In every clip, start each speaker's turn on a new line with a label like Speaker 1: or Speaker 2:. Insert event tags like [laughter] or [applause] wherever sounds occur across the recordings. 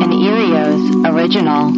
Speaker 1: An Erios original.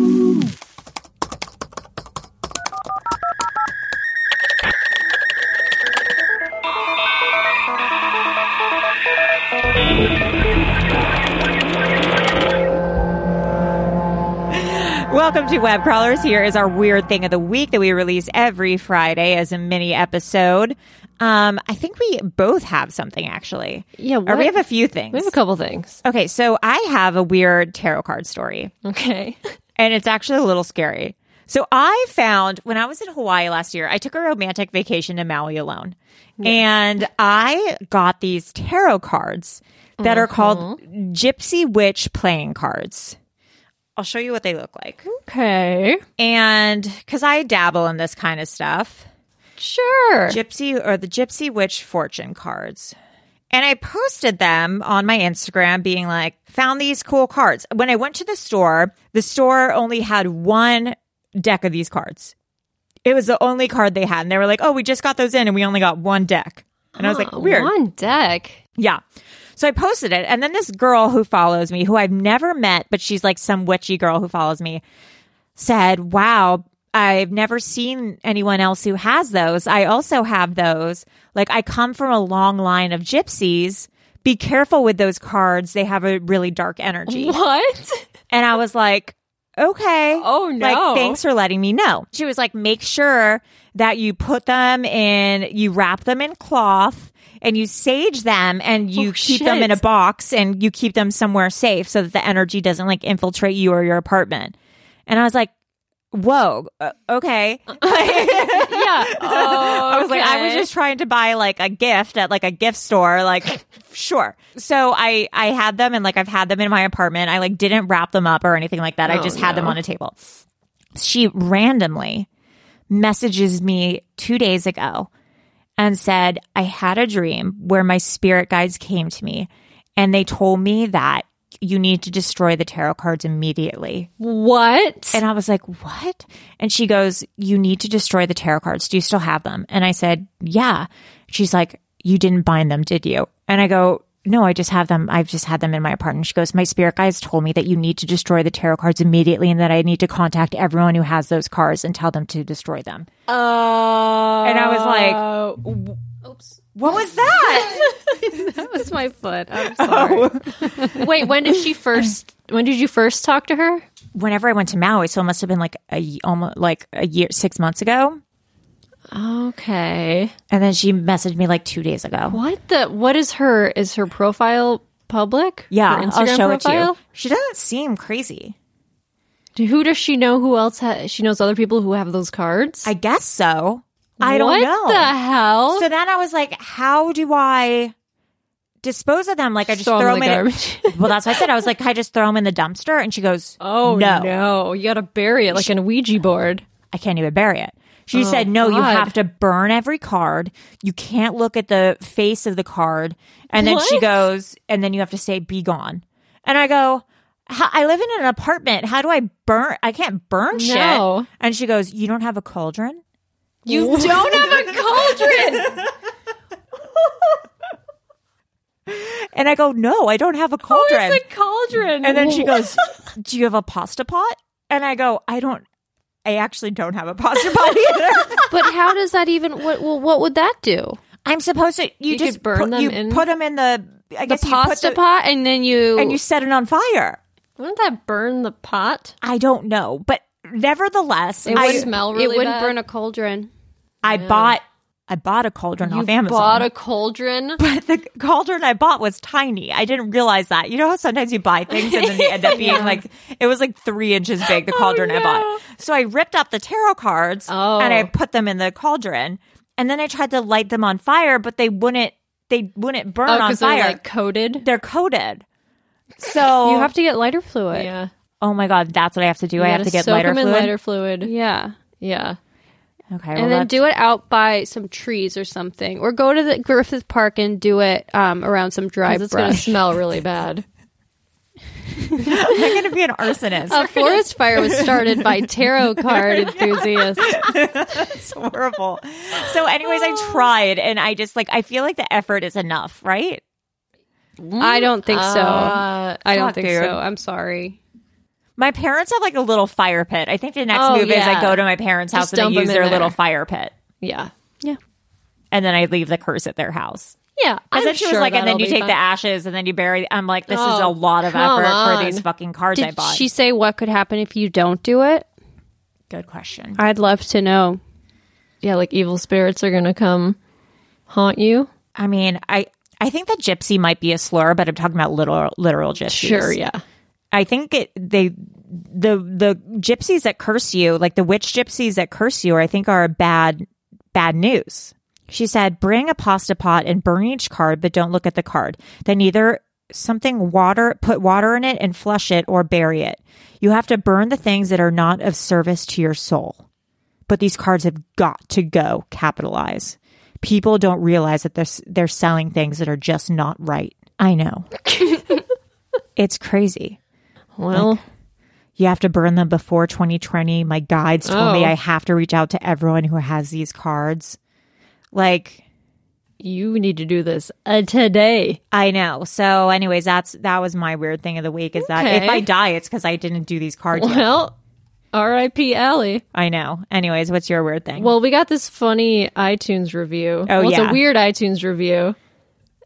Speaker 2: Welcome to Web Crawlers. Here is our weird thing of the week that we release every Friday as a mini episode. Um, I think we both have something actually.
Speaker 3: Yeah,
Speaker 2: or
Speaker 3: what-
Speaker 2: we have a few things.
Speaker 3: We have a couple things.
Speaker 2: Okay, so I have a weird tarot card story,
Speaker 3: Okay.
Speaker 2: and it's actually a little scary. So I found when I was in Hawaii last year, I took a romantic vacation to Maui alone, and I got these tarot cards that are called
Speaker 3: Mm-hmm.
Speaker 2: Gypsy Witch playing cards. I'll show you what they look like.
Speaker 3: Okay.
Speaker 2: And because I dabble in this kind of stuff,
Speaker 3: Sure.
Speaker 2: Gypsy or the Gypsy Witch fortune cards. And I posted them on my Instagram being like, found these cool cards. When I went to the store, the store only had one deck of these cards. It was the only card they had. And they were like, oh, we just got those in and we only got one deck. And I was like, weird.
Speaker 3: One deck.
Speaker 2: Yeah. So I posted it. And then this girl who follows me, who I've never met, but she's like some witchy girl who follows me, said, Wow, I've never seen anyone else who has those. I also have those. Like, I come from a long line of gypsies. Be careful with those cards. They have a really dark
Speaker 3: [laughs]
Speaker 2: energy.
Speaker 3: What?
Speaker 2: And I was like, okay.
Speaker 3: Oh, no.
Speaker 2: Like, thanks for letting me know. She was like, make sure that you put them in, you wrap them in cloth and you sage them and you
Speaker 3: Oh,
Speaker 2: keep them in a
Speaker 3: shit.
Speaker 2: box and you keep them somewhere safe so that the energy doesn't like infiltrate you or your apartment. And I was like, whoa, uh, okay. [laughs]
Speaker 3: Yeah.
Speaker 2: I was like, I was
Speaker 3: okay.
Speaker 2: just trying to buy like a gift at like a gift store. Like, sure. So I I had them and like I've had them in my apartment. I like didn't wrap them up or anything like that. I just had them on a table. She randomly messages me two days ago and said, I had a dream where my spirit guides came to me and they told me that you need to destroy the tarot cards immediately.
Speaker 3: What?
Speaker 2: And I was like, what? And she goes, you need to destroy the tarot cards. Do you still have them? And I said, yeah. She's like, you didn't bind them, did you? And I go, no, I just have them. I've just had them in my apartment. She goes, my spirit guides told me that you need to destroy the tarot cards immediately and that I need to contact everyone who has those cards and tell them to destroy them.
Speaker 3: Oh.
Speaker 2: And I was like, what was that? [laughs]
Speaker 3: that was my foot. I'm sorry.
Speaker 2: Oh.
Speaker 3: [laughs] Wait, when did she first? When did you first talk to her?
Speaker 2: Whenever I went to Maui, so it must have been like a, almost like a year, six months ago.
Speaker 3: Okay.
Speaker 2: And then she messaged me like two days ago.
Speaker 3: What the? What is her? Is her profile public?
Speaker 2: Yeah,
Speaker 3: Her
Speaker 2: I'll
Speaker 3: Instagram
Speaker 2: show it to
Speaker 3: profile?
Speaker 2: you. She doesn't seem crazy.
Speaker 3: Do- Who does she know? Who else? Ha- she knows other people who have those cards.
Speaker 2: I guess so. I don't
Speaker 3: what
Speaker 2: know.
Speaker 3: the hell?
Speaker 2: So then I was like, how do I dispose of them? Like I just
Speaker 3: Throw
Speaker 2: throw
Speaker 3: 'em
Speaker 2: them
Speaker 3: in
Speaker 2: in.
Speaker 3: the
Speaker 2: [laughs]
Speaker 3: garbage.
Speaker 2: well, that's what I said. I was like, I just throw them in the dumpster, and she goes,
Speaker 3: oh
Speaker 2: no,
Speaker 3: no! You got to bury it like an Ouija board.
Speaker 2: I can't even bury it. She just
Speaker 3: Oh,
Speaker 2: said, no, you
Speaker 3: God.
Speaker 2: have to burn every card. You can't look at the face of the card. And then she
Speaker 3: What?
Speaker 2: goes, and then you have to say, be gone. And I go, "How- I live in an apartment. How do I burn? I can't burn
Speaker 3: No.
Speaker 2: shit. And she goes, you don't have a cauldron?
Speaker 3: You don't have a [laughs] cauldron.
Speaker 2: And I go, no, I don't have a
Speaker 3: [laughs] Who
Speaker 2: cauldron.
Speaker 3: is a cauldron?
Speaker 2: And then she
Speaker 3: [laughs]
Speaker 2: goes, Do you have a pasta pot? And I go, I don't, I actually don't have a pasta [laughs] pot either.
Speaker 3: but how does that even? What? Well, what would that do?
Speaker 2: I'm supposed to, you,
Speaker 3: You
Speaker 2: just
Speaker 3: could burn
Speaker 2: put,
Speaker 3: them
Speaker 2: you
Speaker 3: in-
Speaker 2: put them in the, I
Speaker 3: The
Speaker 2: guess you put
Speaker 3: pasta
Speaker 2: the-
Speaker 3: pot, and then you
Speaker 2: and you set it on fire.
Speaker 3: wouldn't that burn the pot?
Speaker 2: I don't know. But nevertheless,
Speaker 3: It
Speaker 2: I,
Speaker 3: would smell really.
Speaker 4: it wouldn't
Speaker 3: bad.
Speaker 4: burn a cauldron.
Speaker 2: I bought, I bought a cauldron
Speaker 3: You
Speaker 2: off Amazon.
Speaker 3: bought a [laughs] cauldron.
Speaker 2: but the cauldron I bought was tiny. I didn't realize that. You know how sometimes you buy things and then they end
Speaker 3: [laughs]
Speaker 2: up being like it was like three inches big. The cauldron I bought. So I ripped up the tarot cards
Speaker 3: Oh.
Speaker 2: and I put them in the cauldron, and then I tried to light them on fire, but they wouldn't. They wouldn't burn
Speaker 3: Oh,
Speaker 2: on
Speaker 3: because
Speaker 2: fire.
Speaker 3: they're like coated.
Speaker 2: they're coated.
Speaker 3: [laughs]
Speaker 2: So
Speaker 4: You have to get lighter fluid.
Speaker 3: Yeah.
Speaker 2: Oh my god, that's what I have to do. I have to get
Speaker 3: soak
Speaker 2: lighter
Speaker 3: 'em in
Speaker 2: fluid.
Speaker 3: lighter fluid.
Speaker 4: Yeah.
Speaker 3: Yeah.
Speaker 2: okay, well,
Speaker 4: And then
Speaker 2: that's-
Speaker 4: do it out by some trees or something, or go to the Griffith Park and do it um, around some dry
Speaker 3: 'Cause it's going to
Speaker 4: brush. [laughs]
Speaker 3: smell really bad.
Speaker 2: [laughs]
Speaker 3: [laughs]
Speaker 2: I'm gonna be an arsonist.
Speaker 4: A forest fire was started by tarot
Speaker 3: [laughs]
Speaker 4: card enthusiasts.
Speaker 2: It's horrible. So, anyways,
Speaker 3: Oh.
Speaker 2: I tried, and I just like I feel like the effort is enough, right?
Speaker 4: I don't think so.
Speaker 3: Uh,
Speaker 4: I don't
Speaker 2: fuck,
Speaker 4: think
Speaker 2: dude.
Speaker 4: so. I'm sorry.
Speaker 2: My parents have like a little fire pit. I think the next
Speaker 3: Oh,
Speaker 2: move is I
Speaker 3: yeah.
Speaker 2: go to my parents' house
Speaker 3: Just
Speaker 2: and
Speaker 3: dump
Speaker 2: they
Speaker 3: 'em
Speaker 2: use
Speaker 3: in
Speaker 2: their
Speaker 3: there.
Speaker 2: little fire pit,
Speaker 3: Yeah.
Speaker 4: Yeah.
Speaker 2: and then I leave the curse at their house.
Speaker 3: Yeah.
Speaker 2: Because then she was like, and then you take the
Speaker 3: ass.
Speaker 2: ashes and then you bury. I'm like, this is a
Speaker 3: Oh,
Speaker 2: lot of
Speaker 3: come
Speaker 2: effort for
Speaker 3: on.
Speaker 2: these fucking cards I
Speaker 4: Did
Speaker 2: bought.
Speaker 4: she say what could happen if you don't do it?
Speaker 2: Good question.
Speaker 4: I'd love to know.
Speaker 3: Yeah, like evil spirits are going to come haunt you.
Speaker 2: I mean, I I think that gypsy might be a slur, but I'm talking about literal literal gypsies.
Speaker 3: Sure. Yeah.
Speaker 2: I think it, they the the gypsies that curse you, like the witch gypsies that curse you, I think are bad bad news. She said, "Bring a pasta pot and burn each card, but don't look at the card. Then either something water, put water in it and flush it, or bury it. You have to burn the things that are not of service to your soul. But these cards have got to go. Capitalize. People don't realize that they're s- they're selling things that are just not right. I know. it's crazy."
Speaker 3: Well,
Speaker 2: you have to burn them before 2020. My guides told me
Speaker 3: Oh.
Speaker 2: I have to reach out to everyone who has these cards. Like,
Speaker 3: you need to do this uh, today.
Speaker 2: I know. So, anyways, that's that was my weird thing of the week is that if
Speaker 3: Okay.
Speaker 2: I die, it's because I didn't do these cards. yet.
Speaker 3: Well, R.I.P. Allie.
Speaker 2: [laughs] I know. Anyways, what's your weird thing?
Speaker 3: Well, we got this funny iTunes review.
Speaker 2: Oh,
Speaker 3: well,
Speaker 2: yeah.
Speaker 3: It's a weird iTunes review. [laughs]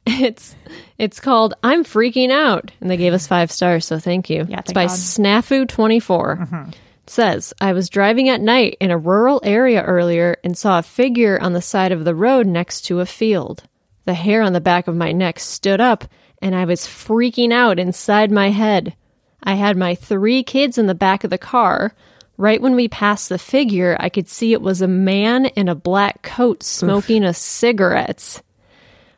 Speaker 3: It's it's called I'm freaking out, and they gave us five stars, so thank you.
Speaker 2: Yeah,
Speaker 3: it's
Speaker 2: thank
Speaker 3: by
Speaker 2: God.
Speaker 3: Snafu24. It says I was driving at night in a rural area earlier and saw a figure on the side of the road next to a field. The hair on the back of my neck stood up, and I was freaking out inside my head. I had my three kids in the back of the car. Right when we passed the figure, I could see it was a man in a black coat smoking a cigarette.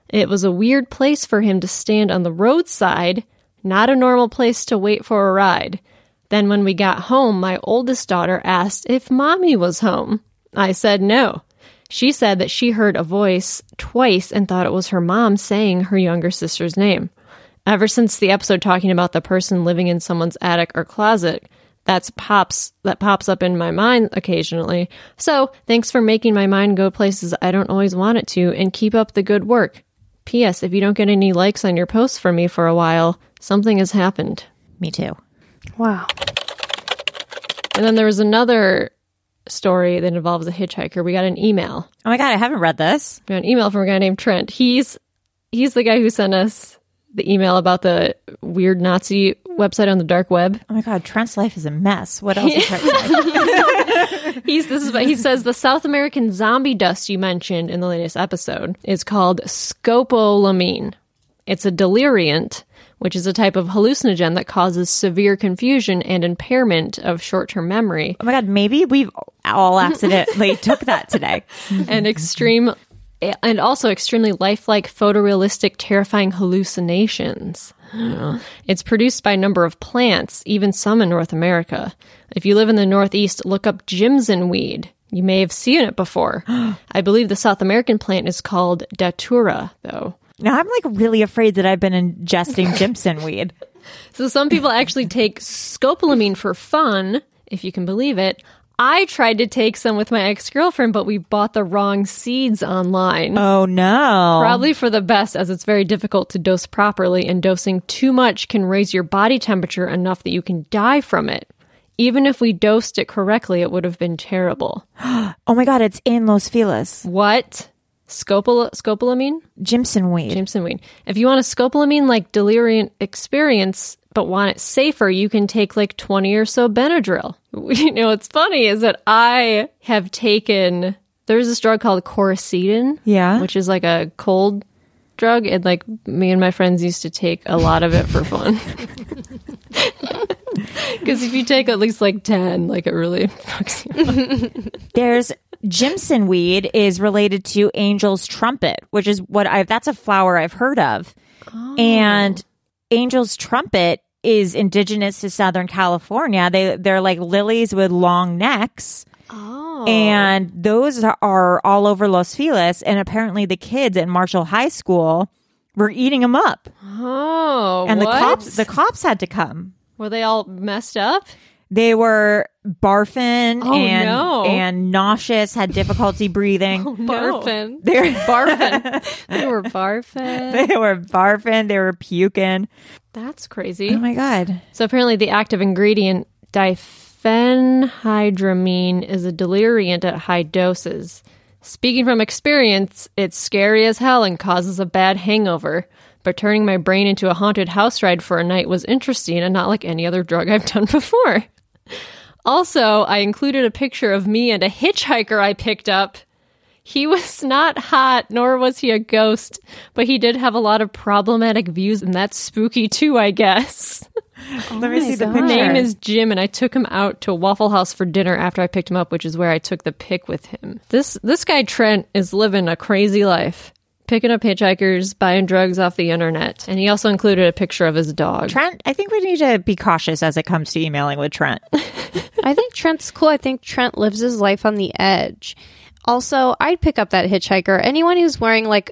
Speaker 3: It was a weird place for him to stand on the roadside, not a normal place to wait for a ride. Then, when we got home, my oldest daughter asked if mommy was home. I said no. She said that she heard a voice twice and thought it was her mom saying her younger sister's name. Ever since the episode talking about the person living in someone's attic or closet, that's pops that pops up in my mind occasionally. So, thanks for making my mind go places I don't always want it to and keep up the good work. PS, if you don't get any likes on your posts from me for a while, something has happened.
Speaker 2: me too. Oh
Speaker 4: Wow.
Speaker 3: And then there was another story that involves a hitchhiker. We got an email.
Speaker 2: Oh my god, I haven't read this.
Speaker 3: We got an email from a guy named Trent. He's he's the guy who sent us the email about the weird Nazi website on the dark web.
Speaker 2: Oh my god, Trent's life is a mess. What else? Is Trent's life?
Speaker 3: [laughs] He's this is what he says the South American zombie dust you mentioned in the latest episode is called scopolamine. It's a deliriant, which is a type of hallucinogen that causes severe confusion and impairment of short-term memory
Speaker 2: Oh my god, maybe we've all accidentally [laughs] took that today.
Speaker 3: and extreme and also extremely lifelike photorealistic terrifying hallucinations. It's produced by a number of plants, even some in North America. If you live in the Northeast, look up Jimson weed. You may have seen it before. I believe the South American plant is called datura, though.
Speaker 2: Now I'm like really afraid that I've been
Speaker 3: [laughs]
Speaker 2: ingesting Jimson weed.
Speaker 3: So some people actually take scopolamine for fun, if you can believe it. I tried to take some with my ex girlfriend, but we bought the wrong seeds online.
Speaker 2: Oh no.
Speaker 3: Probably for the best, as it's very difficult to dose properly, and dosing too much can raise your body temperature enough that you can die from it. Even if we dosed it correctly, it would have been terrible.
Speaker 2: Oh my god, it's in Los Feliz.
Speaker 3: What? Scopol- scopolamine?
Speaker 2: Jimson weed.
Speaker 3: Jameson weed. If you want a scopolamine like delirium experience, but want it safer, you can take like 20 or so Benadryl. [laughs] You know, what's funny is that I have taken, there's this drug called Coracetin.
Speaker 2: Yeah.
Speaker 3: Which is like a cold drug. And like me and my friends used to take a lot of it for fun. [laughs] Because if you take at least like 10, like it really [laughs] fucks you. up.
Speaker 2: There's Jimson weed is related to angel's trumpet, which is what I that's a flower I've heard of. And angel's trumpet is indigenous to Southern California. They they're like lilies with long necks. Oh. And those are- are all over Los Feliz and apparently the kids at Marshall High School were eating them up.
Speaker 3: Oh,
Speaker 2: And the
Speaker 3: what?
Speaker 2: cops the cops had to come.
Speaker 3: Were they all messed up?
Speaker 2: They were barfing
Speaker 3: Oh,
Speaker 2: and
Speaker 3: no. Oh,
Speaker 2: and nauseous, had difficulty breathing.
Speaker 4: Barfing.
Speaker 2: They were
Speaker 3: Barfing. they were
Speaker 2: [laughs]
Speaker 3: barfing.
Speaker 2: they were barfing, they were puking. Oh
Speaker 3: That's crazy.
Speaker 2: my god.
Speaker 3: So apparently, the active ingredient diphenhydramine is a deliriant at high doses. Speaking from experience, it's scary as hell and causes a bad hangover. But turning my brain into a haunted house ride for a night was interesting and not like any other drug I've [laughs] done before. Also, I included a picture of me and a hitchhiker I picked up. He was not hot, nor was he a ghost, but he did have a lot of problematic views, and that's spooky too, I guess. Oh
Speaker 2: Let me see the
Speaker 3: Her
Speaker 2: picture.
Speaker 3: name is Jim, and I took him out to Waffle House for dinner after I picked him up, which is where I took the pic with him. This this guy Trent is living a crazy life, picking up hitchhikers, buying drugs off the internet, and he also included a picture of his dog.
Speaker 2: Trent. I think we need to be cautious as it comes to emailing with
Speaker 3: [laughs]
Speaker 2: Trent.
Speaker 4: I think Trent's cool. I think Trent lives his life on the edge. Also, I'd pick up that hitchhiker. Anyone who's wearing like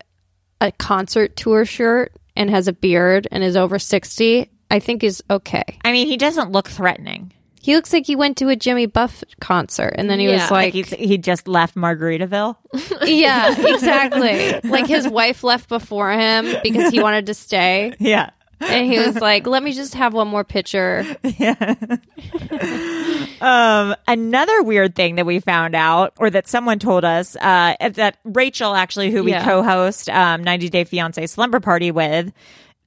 Speaker 4: a concert tour shirt and has a beard and is over 60, I think is okay.
Speaker 2: I mean, he doesn't look threatening.
Speaker 4: He looks like he went to a Jimmy Buff concert and then he
Speaker 3: Yeah,
Speaker 4: was like,
Speaker 2: He's, he just left
Speaker 3: [laughs]
Speaker 2: Margaritaville.
Speaker 4: Yeah, exactly. like his wife left before him because he wanted to
Speaker 5: [laughs]
Speaker 4: stay.
Speaker 2: Yeah.
Speaker 4: And he was like, let me just have one more picture.
Speaker 2: [laughs] Um, another weird thing that we found out, or that someone told us, uh, is that Rachel, actually, who we
Speaker 3: Yeah.
Speaker 2: co-host um, 90 Day Fiance Slumber Party with,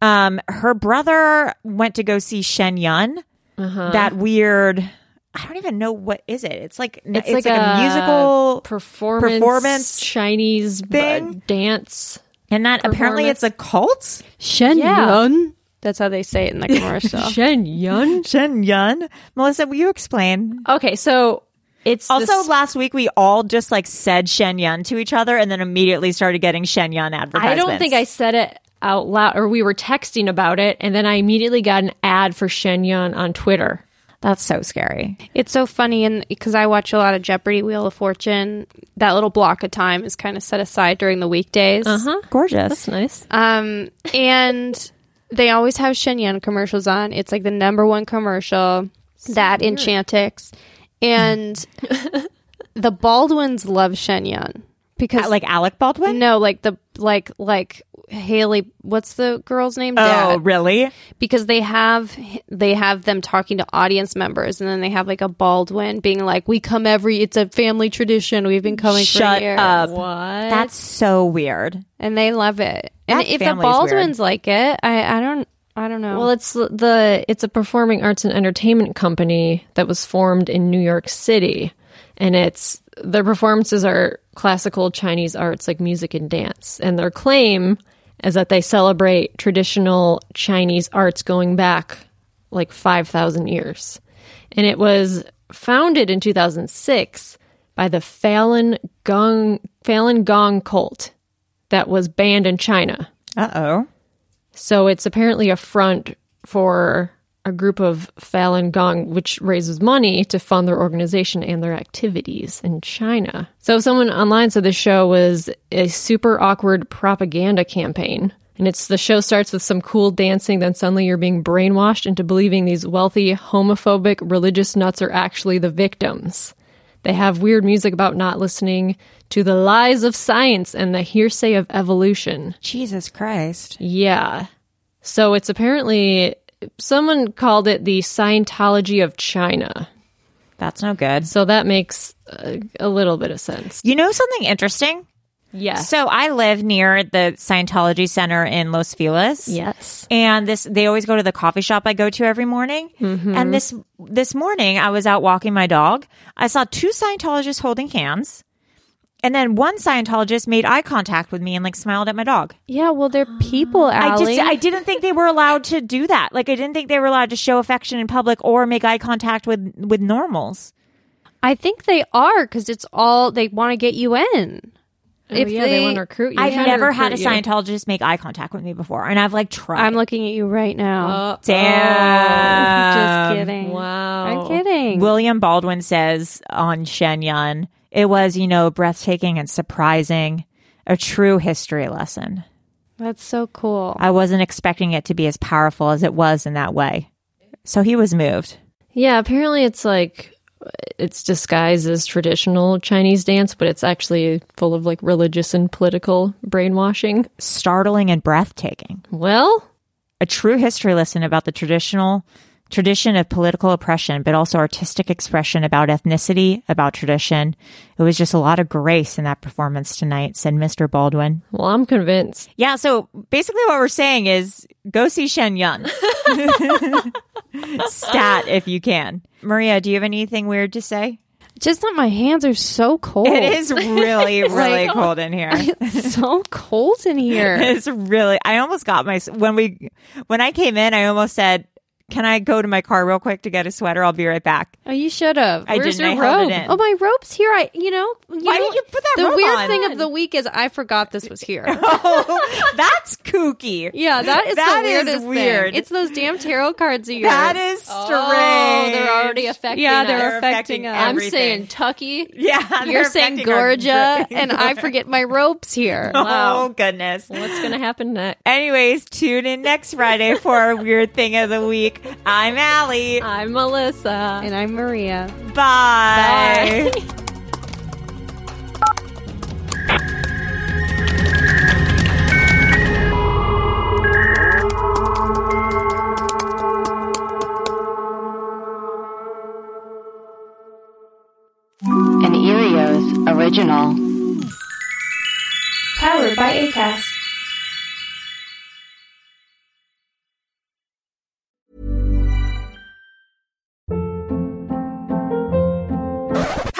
Speaker 2: um, her brother went to go see Shen Yun. That weird. I don't even know what is it. It's like it's, like, a, musical
Speaker 3: performance,
Speaker 2: performance
Speaker 3: Chinese uh,
Speaker 2: thing?
Speaker 3: dance.
Speaker 2: And that apparently it's a cult.
Speaker 4: Shen Yun. That's how they say it in the commercial.
Speaker 3: [laughs] Shen Yun.
Speaker 2: Shen Yun. Melissa, will you explain?
Speaker 3: [laughs] Okay, so it's
Speaker 2: Also,
Speaker 3: this-
Speaker 2: last week we all just like said Shen Yun to each other and then immediately started getting Shen Yun
Speaker 3: I
Speaker 2: advertisements.
Speaker 3: don't think I said it out loud, or we were texting about it, and then I immediately got an ad for Shen Yun on Twitter.
Speaker 2: That's so scary.
Speaker 4: It's so funny, and because I watch a lot of Jeopardy, Wheel of Fortune, that little block of time is kind of set aside during the weekdays.
Speaker 2: Gorgeous. Uh,
Speaker 3: Nice.
Speaker 4: Um, and they always have Shenyang commercials on. It's like the number one commercial. that Enchantix, and the Baldwins love Shenyang because
Speaker 2: Like Alec Baldwin?
Speaker 4: no, like the like like Haley. What's the girl's name?
Speaker 3: Uh,
Speaker 2: Oh,
Speaker 4: Dad.
Speaker 2: really?
Speaker 4: because they have they have them talking to audience members and then they have like a baldwin being like we come every it's a family tradition we've been coming
Speaker 2: Shut
Speaker 4: for years
Speaker 2: up.
Speaker 3: What?
Speaker 2: That's so weird.
Speaker 4: and they love it and
Speaker 2: That
Speaker 4: if the
Speaker 2: family's weird.
Speaker 4: baldwins like it i i don't i don't know
Speaker 3: Well, it's the it's a performing arts and entertainment company that was formed in New York City, and it's their performances are classical Chinese arts like music and dance, and their claim is that they celebrate traditional Chinese arts going back like five thousand years, and it was founded in two thousand six by the Falun Gong Falun Gong cult that was banned in China.
Speaker 2: Uh oh.
Speaker 3: So it's apparently a front for a group of Falun Gong, which raises money to fund their organization and their activities in China. So, someone online said the show was a super awkward propaganda campaign. And it's the show starts with some cool dancing, then suddenly you're being brainwashed into believing these wealthy, homophobic, religious nuts are actually the victims. They have weird music about not listening to the lies of science and the hearsay of evolution.
Speaker 2: Jesus Christ.
Speaker 3: Yeah. So it's apparently someone called it the Scientology of China.
Speaker 2: That's no good.
Speaker 3: So that makes a, a little bit of sense.
Speaker 2: You know something interesting?
Speaker 3: Yes.
Speaker 2: So I live near the Scientology Center in Los Feliz.
Speaker 3: yes.
Speaker 2: And this, they always go to the coffee shop I go to every morning. And this, this morning I was out walking my dog. I saw two Scientologists holding hands. And then one Scientologist made eye contact with me and like smiled at my dog.
Speaker 4: Yeah, well, they're people,
Speaker 3: Ah.
Speaker 2: I
Speaker 4: Allie.
Speaker 2: just, I didn't think they were allowed to do that. Like I didn't think they were allowed to show affection in public or make eye contact with, with normals.
Speaker 4: I think they are because it's all they want to get you in.
Speaker 3: Oh, yeah, they wanna recruit you.
Speaker 2: I've
Speaker 3: Yeah.
Speaker 2: never had a
Speaker 3: Recruit you.
Speaker 2: Scientologist make eye contact with me before, and I've like tried.
Speaker 4: I'm looking at you right now.
Speaker 2: Damn.
Speaker 5: Um,
Speaker 4: just kidding.
Speaker 3: Wow.
Speaker 4: I'm kidding.
Speaker 2: William Baldwin says on Shen Yun, it was, you know, breathtaking and surprising, a true history lesson.
Speaker 4: That's so cool.
Speaker 2: I wasn't expecting it to be as powerful as it was in that way. So he was moved.
Speaker 3: Yeah, apparently it's like it's disguised as traditional Chinese dance, but it's actually full of like religious and political brainwashing.
Speaker 2: Startling and breathtaking.
Speaker 3: Well,
Speaker 2: A true history lesson about the traditional tradition of political oppression, but also artistic expression about ethnicity, about tradition. It was just a lot of grace in that performance tonight, said Mr. Baldwin.
Speaker 3: well,
Speaker 2: [laughs]
Speaker 3: I'm convinced.
Speaker 2: Yeah, so basically what we're saying is go see
Speaker 4: [laughs]
Speaker 2: Shen Yun. Stat if you can. Maria, do you have anything weird to say?
Speaker 4: Just that my hands are so cold.
Speaker 2: It is really, really
Speaker 4: [laughs] Like-
Speaker 2: cold in here.
Speaker 4: It's so cold in here.
Speaker 2: It's really I almost got my when we when I came in, I almost said, Can I go to my car real quick to get a sweater? I'll be right back. [laughs]
Speaker 4: Oh, you should have.
Speaker 2: I
Speaker 4: Where's
Speaker 2: didn't.
Speaker 4: your
Speaker 2: I held
Speaker 4: robe?
Speaker 2: it in.
Speaker 4: Oh, my robe's here. I, you know, you
Speaker 2: Why
Speaker 4: know,
Speaker 2: did you put that
Speaker 4: The
Speaker 2: robe
Speaker 4: weird
Speaker 2: on?
Speaker 4: thing of the week is I forgot this was
Speaker 2: [laughs]
Speaker 4: here.
Speaker 2: Oh that's kooky.
Speaker 4: yeah, that is
Speaker 2: That
Speaker 4: the
Speaker 2: is
Speaker 4: weirdest thing.
Speaker 2: weird.
Speaker 4: It's those damn tarot cards of yours.
Speaker 2: That is strange.
Speaker 4: Oh, they're already affecting
Speaker 2: Yeah,
Speaker 4: us.
Speaker 2: they're,
Speaker 4: They're
Speaker 2: affecting,
Speaker 4: affecting us.
Speaker 3: I'm
Speaker 2: everything.
Speaker 3: saying Tucky.
Speaker 4: [laughs]
Speaker 2: yeah,
Speaker 4: You're
Speaker 2: they're
Speaker 4: saying
Speaker 2: affecting our- [laughs]
Speaker 4: Gorgia, and I forget my robes here. [laughs]
Speaker 2: Oh goodness.
Speaker 3: What's going to happen next?
Speaker 2: Anyways, tune in next Friday for our weird thing of the week. I'm Allie. Bye.
Speaker 3: I'm Melissa.
Speaker 4: And I'm Maria. [laughs]
Speaker 2: Bye.
Speaker 1: An Erios original.
Speaker 6: Powered by ACAST.